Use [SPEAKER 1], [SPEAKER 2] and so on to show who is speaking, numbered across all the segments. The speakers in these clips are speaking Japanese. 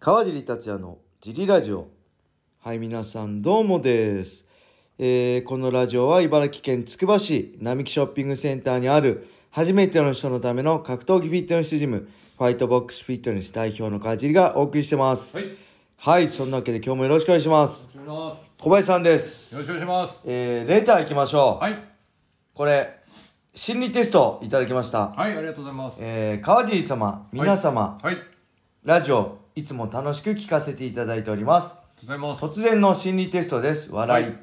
[SPEAKER 1] 川尻達也のジリラジオ。はい、皆さんどうもです。えーこのラジオは茨城県つくば市並木ショッピングセンターにある初めての人のための格闘技フィットネスジム、ファイトボックスフィットネス代表の川尻がお送りしてます。
[SPEAKER 2] はい。
[SPEAKER 1] はい、そんなわけで今日もよろしくお願いします。
[SPEAKER 2] お願いします。
[SPEAKER 1] 小林さんで
[SPEAKER 2] よろし
[SPEAKER 1] す。
[SPEAKER 2] くお願いします。
[SPEAKER 1] えー、レター行きましょう。
[SPEAKER 2] はい。
[SPEAKER 1] これ、心理テストいただきました。
[SPEAKER 2] はい、ありがとうございます。
[SPEAKER 1] えー、川尻様、皆様、
[SPEAKER 2] はい。ありがと
[SPEAKER 1] ラジオ、いつも楽しく聞かせていただいております。
[SPEAKER 2] うございます。
[SPEAKER 1] 突然の心理テストです。笑い。
[SPEAKER 2] はい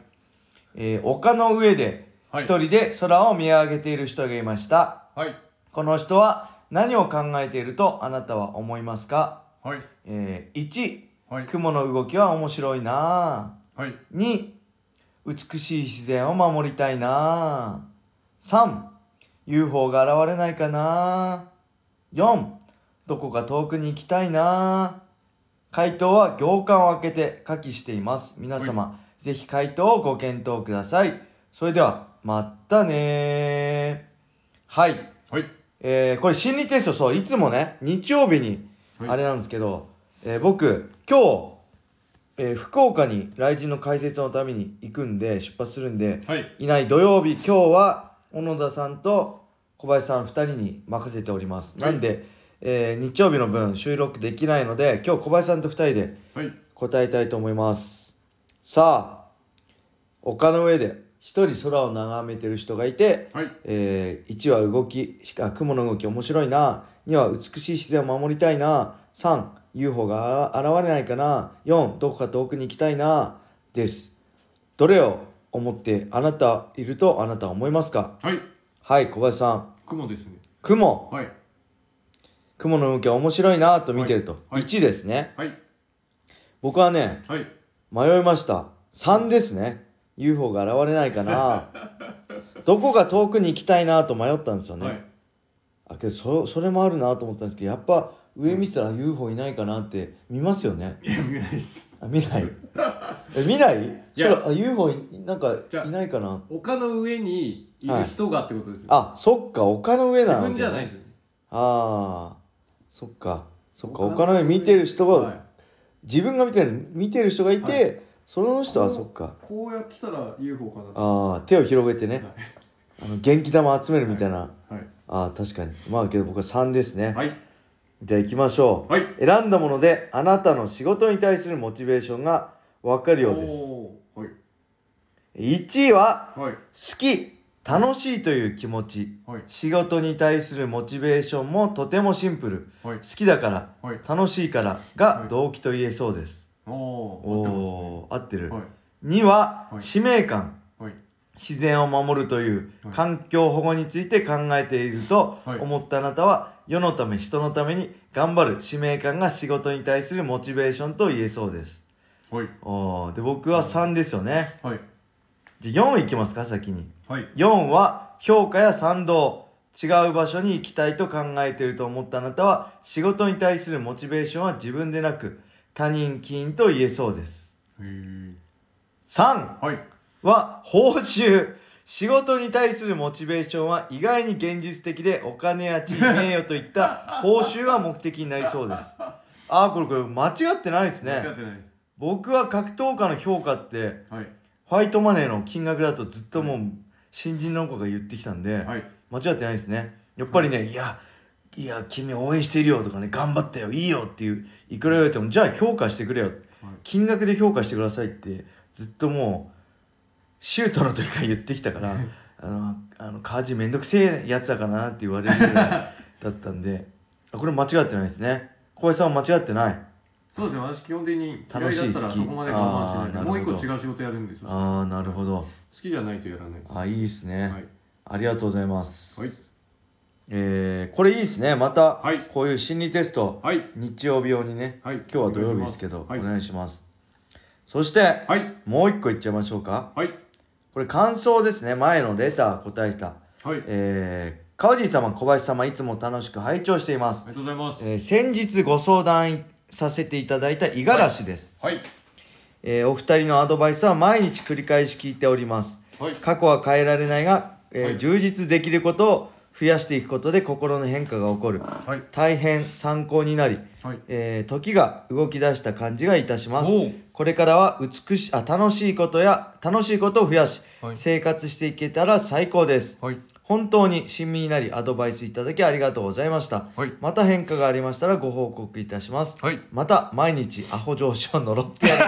[SPEAKER 1] えー丘の上で、
[SPEAKER 2] はい
[SPEAKER 1] 一人で空を見上げている人がいました。
[SPEAKER 2] はい。
[SPEAKER 1] この人は何を考えているとあなたは思いますか
[SPEAKER 2] はい。
[SPEAKER 1] えー、1、
[SPEAKER 2] はい。
[SPEAKER 1] 雲の動きは面白いな
[SPEAKER 2] はい。
[SPEAKER 1] ぁ。2、美しい自然を守りたいなぁ。3、UFO が現れないかなぁ。4、どこか遠くに行きたいなぁ。回答は行間を開けて下記しています。皆様、ぜひ回答をご検討ください。それでは、またねー。はい。
[SPEAKER 2] はい。
[SPEAKER 1] えーこれ心理テスト、そう、いつもね、日曜日に、
[SPEAKER 2] はい
[SPEAKER 1] あれなんですけど、えー僕、今日、えー福岡に来人の解説のために行くんで、出発するんで、
[SPEAKER 2] はい。
[SPEAKER 1] いない土曜日、今日は、小野田さんと小林さん2人に任せております。
[SPEAKER 2] はい
[SPEAKER 1] なんで、えー日曜日の分収録できないので、今日小林さんと2人で
[SPEAKER 2] はい。
[SPEAKER 1] 答えたいと思います。さあ、丘の上で一人空を眺めてる人がいて、
[SPEAKER 2] はい。
[SPEAKER 1] えー1は動きしか雲の動き面白いな2は美しい自然を守りたいな 3UFO が現れないかな4どこか遠くに行きたいなですどれを思ってあなたいるとあなたは思いますか
[SPEAKER 2] はい。
[SPEAKER 1] はい小林さん
[SPEAKER 2] 雲ですね。
[SPEAKER 1] 雲
[SPEAKER 2] はい。
[SPEAKER 1] 雲の動きは面白いなと見てると、
[SPEAKER 2] はいはい
[SPEAKER 1] 1ですね
[SPEAKER 2] はい。
[SPEAKER 1] 僕はね
[SPEAKER 2] はい。
[SPEAKER 1] 迷いました3ですね UFO が現れないか などこか遠くに行きたいなと迷ったんですよね、
[SPEAKER 2] はい。
[SPEAKER 1] あけどそそれもあるなと思ったんですけどやっぱ上見てたら UFO いないかなって見ますよね
[SPEAKER 2] いや、見えないです。
[SPEAKER 1] あ見ない え見ない
[SPEAKER 2] いや
[SPEAKER 1] それあ UFO いなんか
[SPEAKER 2] じゃあ
[SPEAKER 1] いないかな
[SPEAKER 2] 丘の上にいる人がってことですよ。
[SPEAKER 1] あそっか丘の上なの
[SPEAKER 2] 自分じゃないですよね。
[SPEAKER 1] ああそっかそっか
[SPEAKER 2] 丘
[SPEAKER 1] 丘
[SPEAKER 2] の
[SPEAKER 1] の
[SPEAKER 2] 上
[SPEAKER 1] 上見てる人が、
[SPEAKER 2] はい
[SPEAKER 1] 自分が見てる見てる人がいて、
[SPEAKER 2] は
[SPEAKER 1] その人は
[SPEAKER 2] こう
[SPEAKER 1] そっか
[SPEAKER 2] こうやってたら UFO かなと。
[SPEAKER 1] ああ手を広げてね、あの元気玉集めるみたいな、
[SPEAKER 2] はい。
[SPEAKER 1] ああ確かにまあけど僕は3ですね、
[SPEAKER 2] はい。
[SPEAKER 1] じゃあ行きましょう、
[SPEAKER 2] はい。
[SPEAKER 1] 選んだものであなたの仕事に対するモチベーションが分かるようです
[SPEAKER 2] おーはい。
[SPEAKER 1] 1位は
[SPEAKER 2] はい。
[SPEAKER 1] 好き楽しいという気持ち
[SPEAKER 2] はい。
[SPEAKER 1] 仕事に対するモチベーションもとてもシンプル
[SPEAKER 2] はい
[SPEAKER 1] 好。きだから
[SPEAKER 2] はい。
[SPEAKER 1] 楽しいからが動機と言えそうです、
[SPEAKER 2] おー。合っ
[SPEAKER 1] おお合って
[SPEAKER 2] て
[SPEAKER 1] る、
[SPEAKER 2] ますね
[SPEAKER 1] 2は
[SPEAKER 2] はい
[SPEAKER 1] 使命感
[SPEAKER 2] はい。はい。
[SPEAKER 1] 自然を守るという
[SPEAKER 2] はい
[SPEAKER 1] 環境保護について考えていると
[SPEAKER 2] はい
[SPEAKER 1] 思ったあなたは世のため人のために頑張る使命感が仕事に対するモチベーションと言えそうです
[SPEAKER 2] はい。
[SPEAKER 1] おーで僕は3ですよね
[SPEAKER 2] はい。
[SPEAKER 1] じゃあ4いきますか先に
[SPEAKER 2] はい。
[SPEAKER 1] 4は評価や賛同違う場所に行きたいと考えていると思ったあなたは仕事に対するモチベーションは自分でなく他人起因と言えそうです
[SPEAKER 2] へー
[SPEAKER 1] 3
[SPEAKER 2] はい。
[SPEAKER 1] は報酬仕事に対するモチベーションは意外に現実的でお金や地位名誉とい った報酬が目的になりそうですああこれこれ間違ってないです
[SPEAKER 2] 間違
[SPEAKER 1] ね
[SPEAKER 2] ってないです。
[SPEAKER 1] 僕は格闘家の評価って
[SPEAKER 2] はい。
[SPEAKER 1] ファイトマネーの金額だとずっともう新人の子が言ってきたんで、
[SPEAKER 2] はい。
[SPEAKER 1] 間違ってないですねやっぱりね、い、やいや君応援してるよとかね頑張ったよいいよっていういくら言われてもじゃあ評価してくれよ、金額で評価してくださいってずっともうシュートの時から言ってきたからあのあの家事めんどくせえやつだからなって言われるぐらいだったんであこれ間違ってないですね小林さんは間違ってない
[SPEAKER 2] そうですね、私基本的に嫌
[SPEAKER 1] 楽
[SPEAKER 2] い
[SPEAKER 1] しい
[SPEAKER 2] だったらそこまで我慢しない
[SPEAKER 1] 好
[SPEAKER 2] で、
[SPEAKER 1] き
[SPEAKER 2] もう
[SPEAKER 1] あー
[SPEAKER 2] 一
[SPEAKER 1] なるほ
[SPEAKER 2] 個
[SPEAKER 1] ど
[SPEAKER 2] 違う仕事やるんですよ。好
[SPEAKER 1] ああなるほど
[SPEAKER 2] きじゃないとやらないです。
[SPEAKER 1] あいいですね、
[SPEAKER 2] はい。
[SPEAKER 1] ありがとうございます、
[SPEAKER 2] はい
[SPEAKER 1] えーこれいいですねまた
[SPEAKER 2] はい
[SPEAKER 1] こういう心理テスト、
[SPEAKER 2] はい。
[SPEAKER 1] 日曜日用にね、
[SPEAKER 2] はい
[SPEAKER 1] 今日は土曜日ですけどお
[SPEAKER 2] はい
[SPEAKER 1] 願いします、そして
[SPEAKER 2] はい。
[SPEAKER 1] もう一個いっちゃいましょうか
[SPEAKER 2] はい。
[SPEAKER 1] これ感想ですね前のレター答えした
[SPEAKER 2] はい。あり
[SPEAKER 1] えー、川尻様小林様いつも楽しく拝聴しています、
[SPEAKER 2] がとうございます。
[SPEAKER 1] えー先日ご相談させていただいた五十嵐です、
[SPEAKER 2] はい。
[SPEAKER 1] えーお二人のアドバイスは毎日繰り返し聞いております
[SPEAKER 2] はい。
[SPEAKER 1] 過去は変えられないが、えー
[SPEAKER 2] はい
[SPEAKER 1] 充実できることを増やしていくことで心の変化が起こる
[SPEAKER 2] はい。
[SPEAKER 1] 大変参考になり
[SPEAKER 2] はい
[SPEAKER 1] えー時が動き出した感じがいたします
[SPEAKER 2] おう
[SPEAKER 1] これからは美しあ楽しいことや楽しいことを増やし、
[SPEAKER 2] はい
[SPEAKER 1] 生活していけたら最高です
[SPEAKER 2] はい
[SPEAKER 1] 本当に親身になりアドバイスいただきありがとうございました
[SPEAKER 2] はい
[SPEAKER 1] また変化がありましたらご報告いたします
[SPEAKER 2] はい
[SPEAKER 1] また毎日アホ上司を呪ってやりま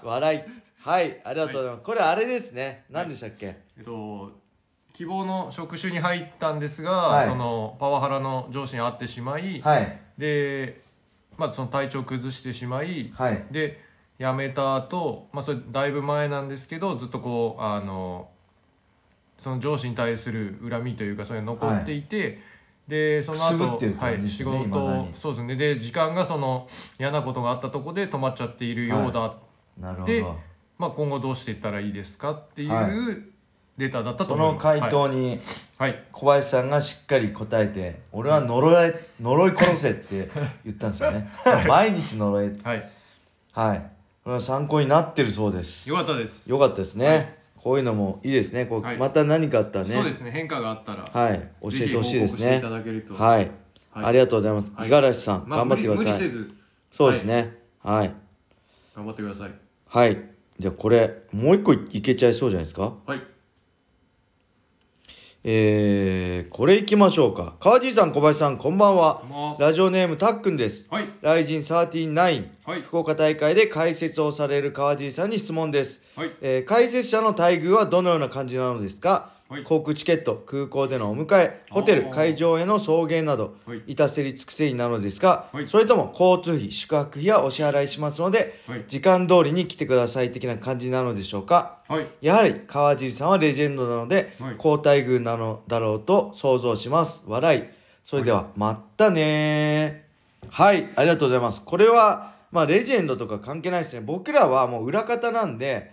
[SPEAKER 1] す笑いはいありがとうございます、これあれですね何でしたっけ、
[SPEAKER 2] えっと希望の職種に入ったんですが、
[SPEAKER 1] はい
[SPEAKER 2] そのパワハラの上司に会ってしまい、
[SPEAKER 1] はい
[SPEAKER 2] でまあその体調崩してしまい、
[SPEAKER 1] はい
[SPEAKER 2] で辞めた後、まあそれだいぶ前なんですけどずっとこうあのその上司に対する恨みというかそういうの残っていて、でその
[SPEAKER 1] くすぶ
[SPEAKER 2] 後
[SPEAKER 1] ってる感じ
[SPEAKER 2] はい、
[SPEAKER 1] です
[SPEAKER 2] 仕
[SPEAKER 1] ね
[SPEAKER 2] 事
[SPEAKER 1] 未だに
[SPEAKER 2] そうですねで時間がその嫌なことがあったとこで止まっちゃっているようだ、
[SPEAKER 1] なるほ
[SPEAKER 2] で
[SPEAKER 1] ど
[SPEAKER 2] まあ、今後どうしていったらいいですかっていう、
[SPEAKER 1] はい
[SPEAKER 2] レターだったと
[SPEAKER 1] そ
[SPEAKER 2] 思い
[SPEAKER 1] の
[SPEAKER 2] ます
[SPEAKER 1] 回答に
[SPEAKER 2] はい、はい
[SPEAKER 1] 小林さんがしっかり答えて「俺は呪 え呪い殺せ」って言ったんですよね毎日呪え
[SPEAKER 2] はい、
[SPEAKER 1] はいこれは参考になってるそうです
[SPEAKER 2] よかったです、
[SPEAKER 1] よかったですね、
[SPEAKER 2] はい
[SPEAKER 1] こういうのもいいですねこう、
[SPEAKER 2] はい
[SPEAKER 1] また何かあったら
[SPEAKER 2] そうで
[SPEAKER 1] ね
[SPEAKER 2] すね変化があったら、
[SPEAKER 1] はい教えてほしいです
[SPEAKER 2] ぜひ報告してい
[SPEAKER 1] ね
[SPEAKER 2] ただけると
[SPEAKER 1] はい、
[SPEAKER 2] はい
[SPEAKER 1] ありがとうございます
[SPEAKER 2] は
[SPEAKER 1] 五
[SPEAKER 2] い
[SPEAKER 1] 十嵐さん、
[SPEAKER 2] まあ
[SPEAKER 1] 頑張ってください
[SPEAKER 2] 無理無理せず
[SPEAKER 1] そうですねはい
[SPEAKER 2] 頑張ってください
[SPEAKER 1] はい、じゃあこれもう一個いいけちゃいそうじゃないですか
[SPEAKER 2] はい
[SPEAKER 1] えー、これいきましょうか川地さん小林さんこんばんは
[SPEAKER 2] まあ
[SPEAKER 1] ラジオネームたっくんです
[SPEAKER 2] はい
[SPEAKER 1] ライジン39
[SPEAKER 2] はい
[SPEAKER 1] 福岡大会で解説をされる川地さんに質問です、
[SPEAKER 2] はい
[SPEAKER 1] えー解説者の待遇はどのような感じなのですか、
[SPEAKER 2] はい
[SPEAKER 1] 航空チケット空港でのお迎えホテ
[SPEAKER 2] あ
[SPEAKER 1] ル
[SPEAKER 2] ー
[SPEAKER 1] 会場への送迎など
[SPEAKER 2] はい
[SPEAKER 1] 至せり尽くせりなのですが、
[SPEAKER 2] はい
[SPEAKER 1] それとも交通費宿泊費はお支払いしますので、
[SPEAKER 2] はい
[SPEAKER 1] 時間通りに来てください的な感じなのでしょうか
[SPEAKER 2] はい
[SPEAKER 1] やはり川尻さんはレジェンドなので、
[SPEAKER 2] はい
[SPEAKER 1] 好待遇なのだろうと想像します笑いそれでは、まったねーはいありがとうございますこれはまあレジェンドとか関係ないですね僕らはもう裏方なんで、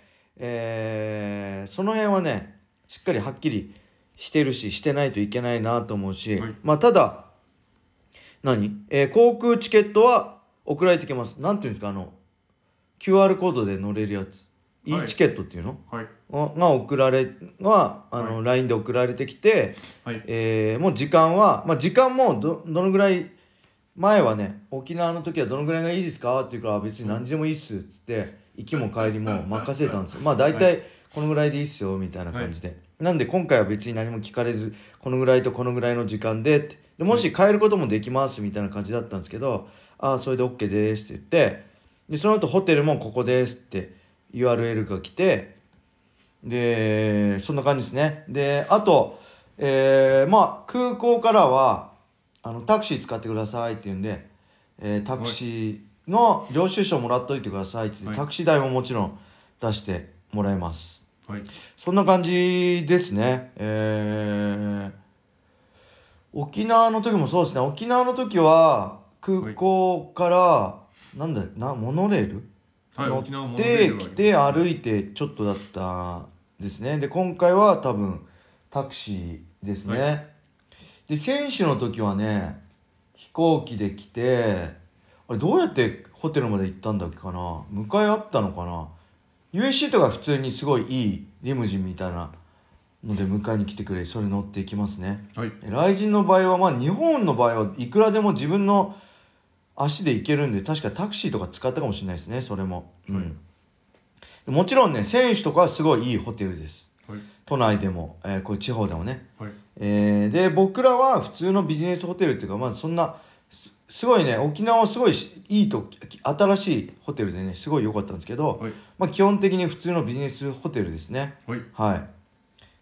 [SPEAKER 1] えーその辺はねしっかりはっきりしてるししてないといけないなと思うし、
[SPEAKER 2] はい
[SPEAKER 1] まあただ何、えー航空チケットは送られてきますなんていうんですかあの QR コードで乗れるやつ
[SPEAKER 2] はい
[SPEAKER 1] e チケットっていうの、
[SPEAKER 2] はい
[SPEAKER 1] が送られはあの、
[SPEAKER 2] は
[SPEAKER 1] LINE で送られてきて、
[SPEAKER 2] はい
[SPEAKER 1] えーもう時間は、まあ、時間もどどのぐらい前はね沖縄の時はどのぐらいがいいですかっていうから別に何時でもいいっすっつって行きも帰りも任せたんですよまあ大体このぐらいでいいっすよみたいな感じで、なんで今回は別に何も聞かれずこのぐらいとこのぐらいの時間でってでもし帰ることもできますみたいな感じだったんですけどああそれで OK ですって言ってでその後ホテルもここですって URL が来てでそんな感じですねであとえーまあ空港からはあのタクシー使ってくださいって言うんで、えータクシーの領収書もらっといてくださいって言って、
[SPEAKER 2] はい
[SPEAKER 1] タクシー代ももちろん出してもらえます
[SPEAKER 2] はい
[SPEAKER 1] そんな感じですね。えー、沖縄の時もそうですね。沖縄の時は空港から、なんだなモノレール、
[SPEAKER 2] はい沖縄
[SPEAKER 1] 乗っ
[SPEAKER 2] モノレー
[SPEAKER 1] て
[SPEAKER 2] ルはあります
[SPEAKER 1] きて歩いてちょっとだったですね。で今回は多分タクシーですね。
[SPEAKER 2] は
[SPEAKER 1] で選手の時はね飛行機で来てあれどうやってホテルまで行ったんだっけかな迎えあったのかな USC とか普通にすごいいいリムジンみたいなので迎えに来てくれそれ乗っていきますね
[SPEAKER 2] はい
[SPEAKER 1] 来人の場合はまあ日本の場合はいくらでも自分の足で行けるんで確かタクシーとか使ったかもしれないですねそれも、うん
[SPEAKER 2] はい
[SPEAKER 1] でもちろんね選手とかはすごいいいホテルです
[SPEAKER 2] はい
[SPEAKER 1] 都内でも、えーこういう地方でもね
[SPEAKER 2] はい
[SPEAKER 1] えーで僕らは普通のビジネスホテルっていうかまあそんなすすごいね沖縄はすごいしいいと新しいホテルでねすごい良かったんですけど、
[SPEAKER 2] はい
[SPEAKER 1] まあ、基本的に普通のビジネスホテルですね
[SPEAKER 2] はい
[SPEAKER 1] はい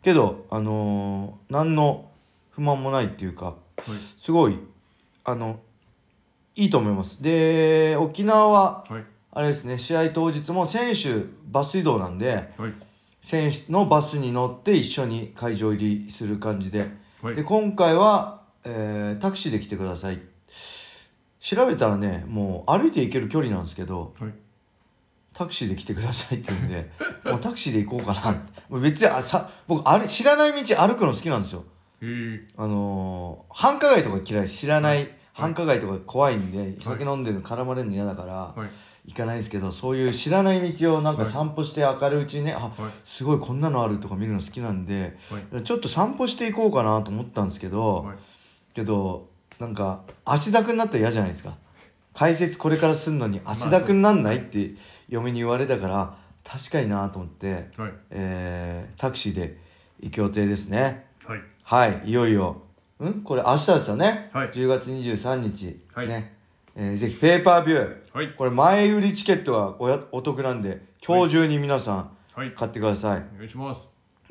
[SPEAKER 1] けどあのー何の不満もないっていうか
[SPEAKER 2] はい
[SPEAKER 1] すごいあのいいと思いますで沖縄は
[SPEAKER 2] はい
[SPEAKER 1] あれですね試合当日も選手バス移動なんで
[SPEAKER 2] はい
[SPEAKER 1] 選手のバスに乗って一緒に会場入りする感じで
[SPEAKER 2] はい
[SPEAKER 1] で今回は、えータクシーで来てください調べたらねもう歩いて行ける距離なんですけど
[SPEAKER 2] はい
[SPEAKER 1] タクシーで来てくださいって言うんで もうタクシーで行こうかなもう別にあさ僕あれ知らない道歩くの好きなんですよ
[SPEAKER 2] えー
[SPEAKER 1] あのー繁華街とか嫌いです知らない繁華街とか怖いんで、酒飲んでるの絡まれるの嫌だから、
[SPEAKER 2] はい
[SPEAKER 1] 行かないですけどそういう知らない道をなんか
[SPEAKER 2] はい
[SPEAKER 1] 散歩して明るいうちにね、あ
[SPEAKER 2] はい
[SPEAKER 1] すごいこんなのあるとか見るの好きなんで、
[SPEAKER 2] は
[SPEAKER 1] ちょっと散歩していこうかなと思ったんですけど、
[SPEAKER 2] はい
[SPEAKER 1] けどなんか汗だくになったら嫌じゃないですか解説これからすんのに汗だくになんないって嫁に言われたから確かになと思って、
[SPEAKER 2] はい
[SPEAKER 1] えータクシーで行く予定ですね
[SPEAKER 2] はい
[SPEAKER 1] はいいよいよんこれ明日ですよね、
[SPEAKER 2] はい
[SPEAKER 1] 10月23日、
[SPEAKER 2] はい
[SPEAKER 1] ねえーぜひペーパービュー
[SPEAKER 2] はい
[SPEAKER 1] これ前売りチケットがおやお得なんで今日中に皆さん
[SPEAKER 2] はい
[SPEAKER 1] 買ってください
[SPEAKER 2] お願いします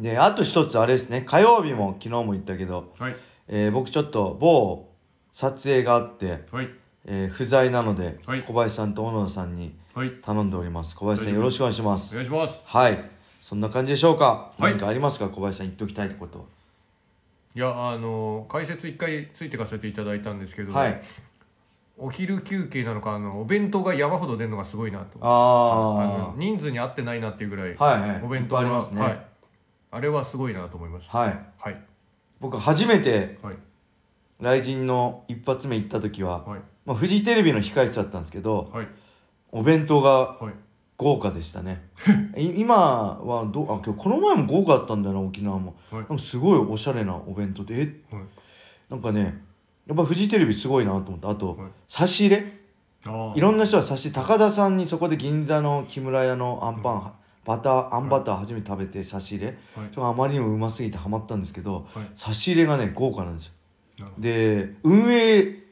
[SPEAKER 1] であと一つあれですね火曜日も昨日も言ったけど、
[SPEAKER 2] はい
[SPEAKER 1] えー僕ちょっと某撮影があって、
[SPEAKER 2] はい
[SPEAKER 1] えー不在なので、
[SPEAKER 2] はい
[SPEAKER 1] 小林さんと小野田さんに
[SPEAKER 2] はい
[SPEAKER 1] 頼んでおります小林さん
[SPEAKER 2] 大丈夫
[SPEAKER 1] よろしくお願いしま
[SPEAKER 2] お
[SPEAKER 1] す
[SPEAKER 2] 願いします
[SPEAKER 1] はいそんな感じでしょうか、
[SPEAKER 2] はい
[SPEAKER 1] 何かありますか小林さん言っておきたいこと
[SPEAKER 2] いやあの解説一回ついてかせていただいたんですけど、
[SPEAKER 1] はい
[SPEAKER 2] お昼休憩なのかあのお弁当が山ほど出るのがすごいなと
[SPEAKER 1] あ
[SPEAKER 2] の人数に合ってないなっていうぐらい、
[SPEAKER 1] あはいはい
[SPEAKER 2] お弁当が
[SPEAKER 1] いっぱいありますね
[SPEAKER 2] はい、あれはすごいなと思いました
[SPEAKER 1] はい
[SPEAKER 2] はい
[SPEAKER 1] 僕初めて
[SPEAKER 2] はい
[SPEAKER 1] 雷神の一発目行った時は、
[SPEAKER 2] はい
[SPEAKER 1] まあ、フジテレビの控え室だったんですけど
[SPEAKER 2] はい
[SPEAKER 1] お弁当が
[SPEAKER 2] はい
[SPEAKER 1] 豪華でした ねい今はどうあ今日この前も豪華だったんだよな沖縄も
[SPEAKER 2] は
[SPEAKER 1] な
[SPEAKER 2] い
[SPEAKER 1] んかすごいおしゃれなお弁当でえ
[SPEAKER 2] はい
[SPEAKER 1] なんかねやっぱフジテレビすごいなと思ったあと、
[SPEAKER 2] はい
[SPEAKER 1] 差し入れ
[SPEAKER 2] あー
[SPEAKER 1] いろんな人は差し高田さんにそこで銀座の木村屋のアンパン、バターあんバター初めて食べて差し入れ、
[SPEAKER 2] はい
[SPEAKER 1] ちょっとあまりにもうますぎてハマったんですけど、
[SPEAKER 2] はい
[SPEAKER 1] 差し入れがね豪華なんですよ
[SPEAKER 2] なるほ
[SPEAKER 1] で運営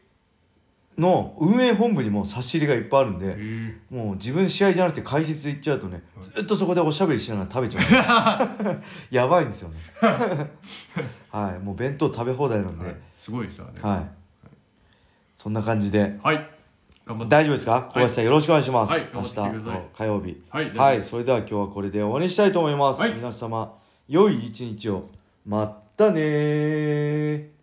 [SPEAKER 1] の運営本部にも差し入れがいっぱいあるんで
[SPEAKER 2] どへー
[SPEAKER 1] もう自分試合じゃなくて解説で行っちゃうとねずっとそこでおしゃべりしながら食べちゃ うやばいんですよねはいもう弁当食べ放題なんで、
[SPEAKER 2] はい、すごいですあれ
[SPEAKER 1] はい。そんな感じで。
[SPEAKER 2] はい、頑張って
[SPEAKER 1] 大丈夫ですか小林さん、よろしくお願いします。
[SPEAKER 2] はい
[SPEAKER 1] 明日と
[SPEAKER 2] 頑張ってください
[SPEAKER 1] 火曜日。
[SPEAKER 2] はい大丈夫です
[SPEAKER 1] それでは今日はこれで終わりにしたいと思います。
[SPEAKER 2] はい
[SPEAKER 1] 皆様、良い一日を。まったねー。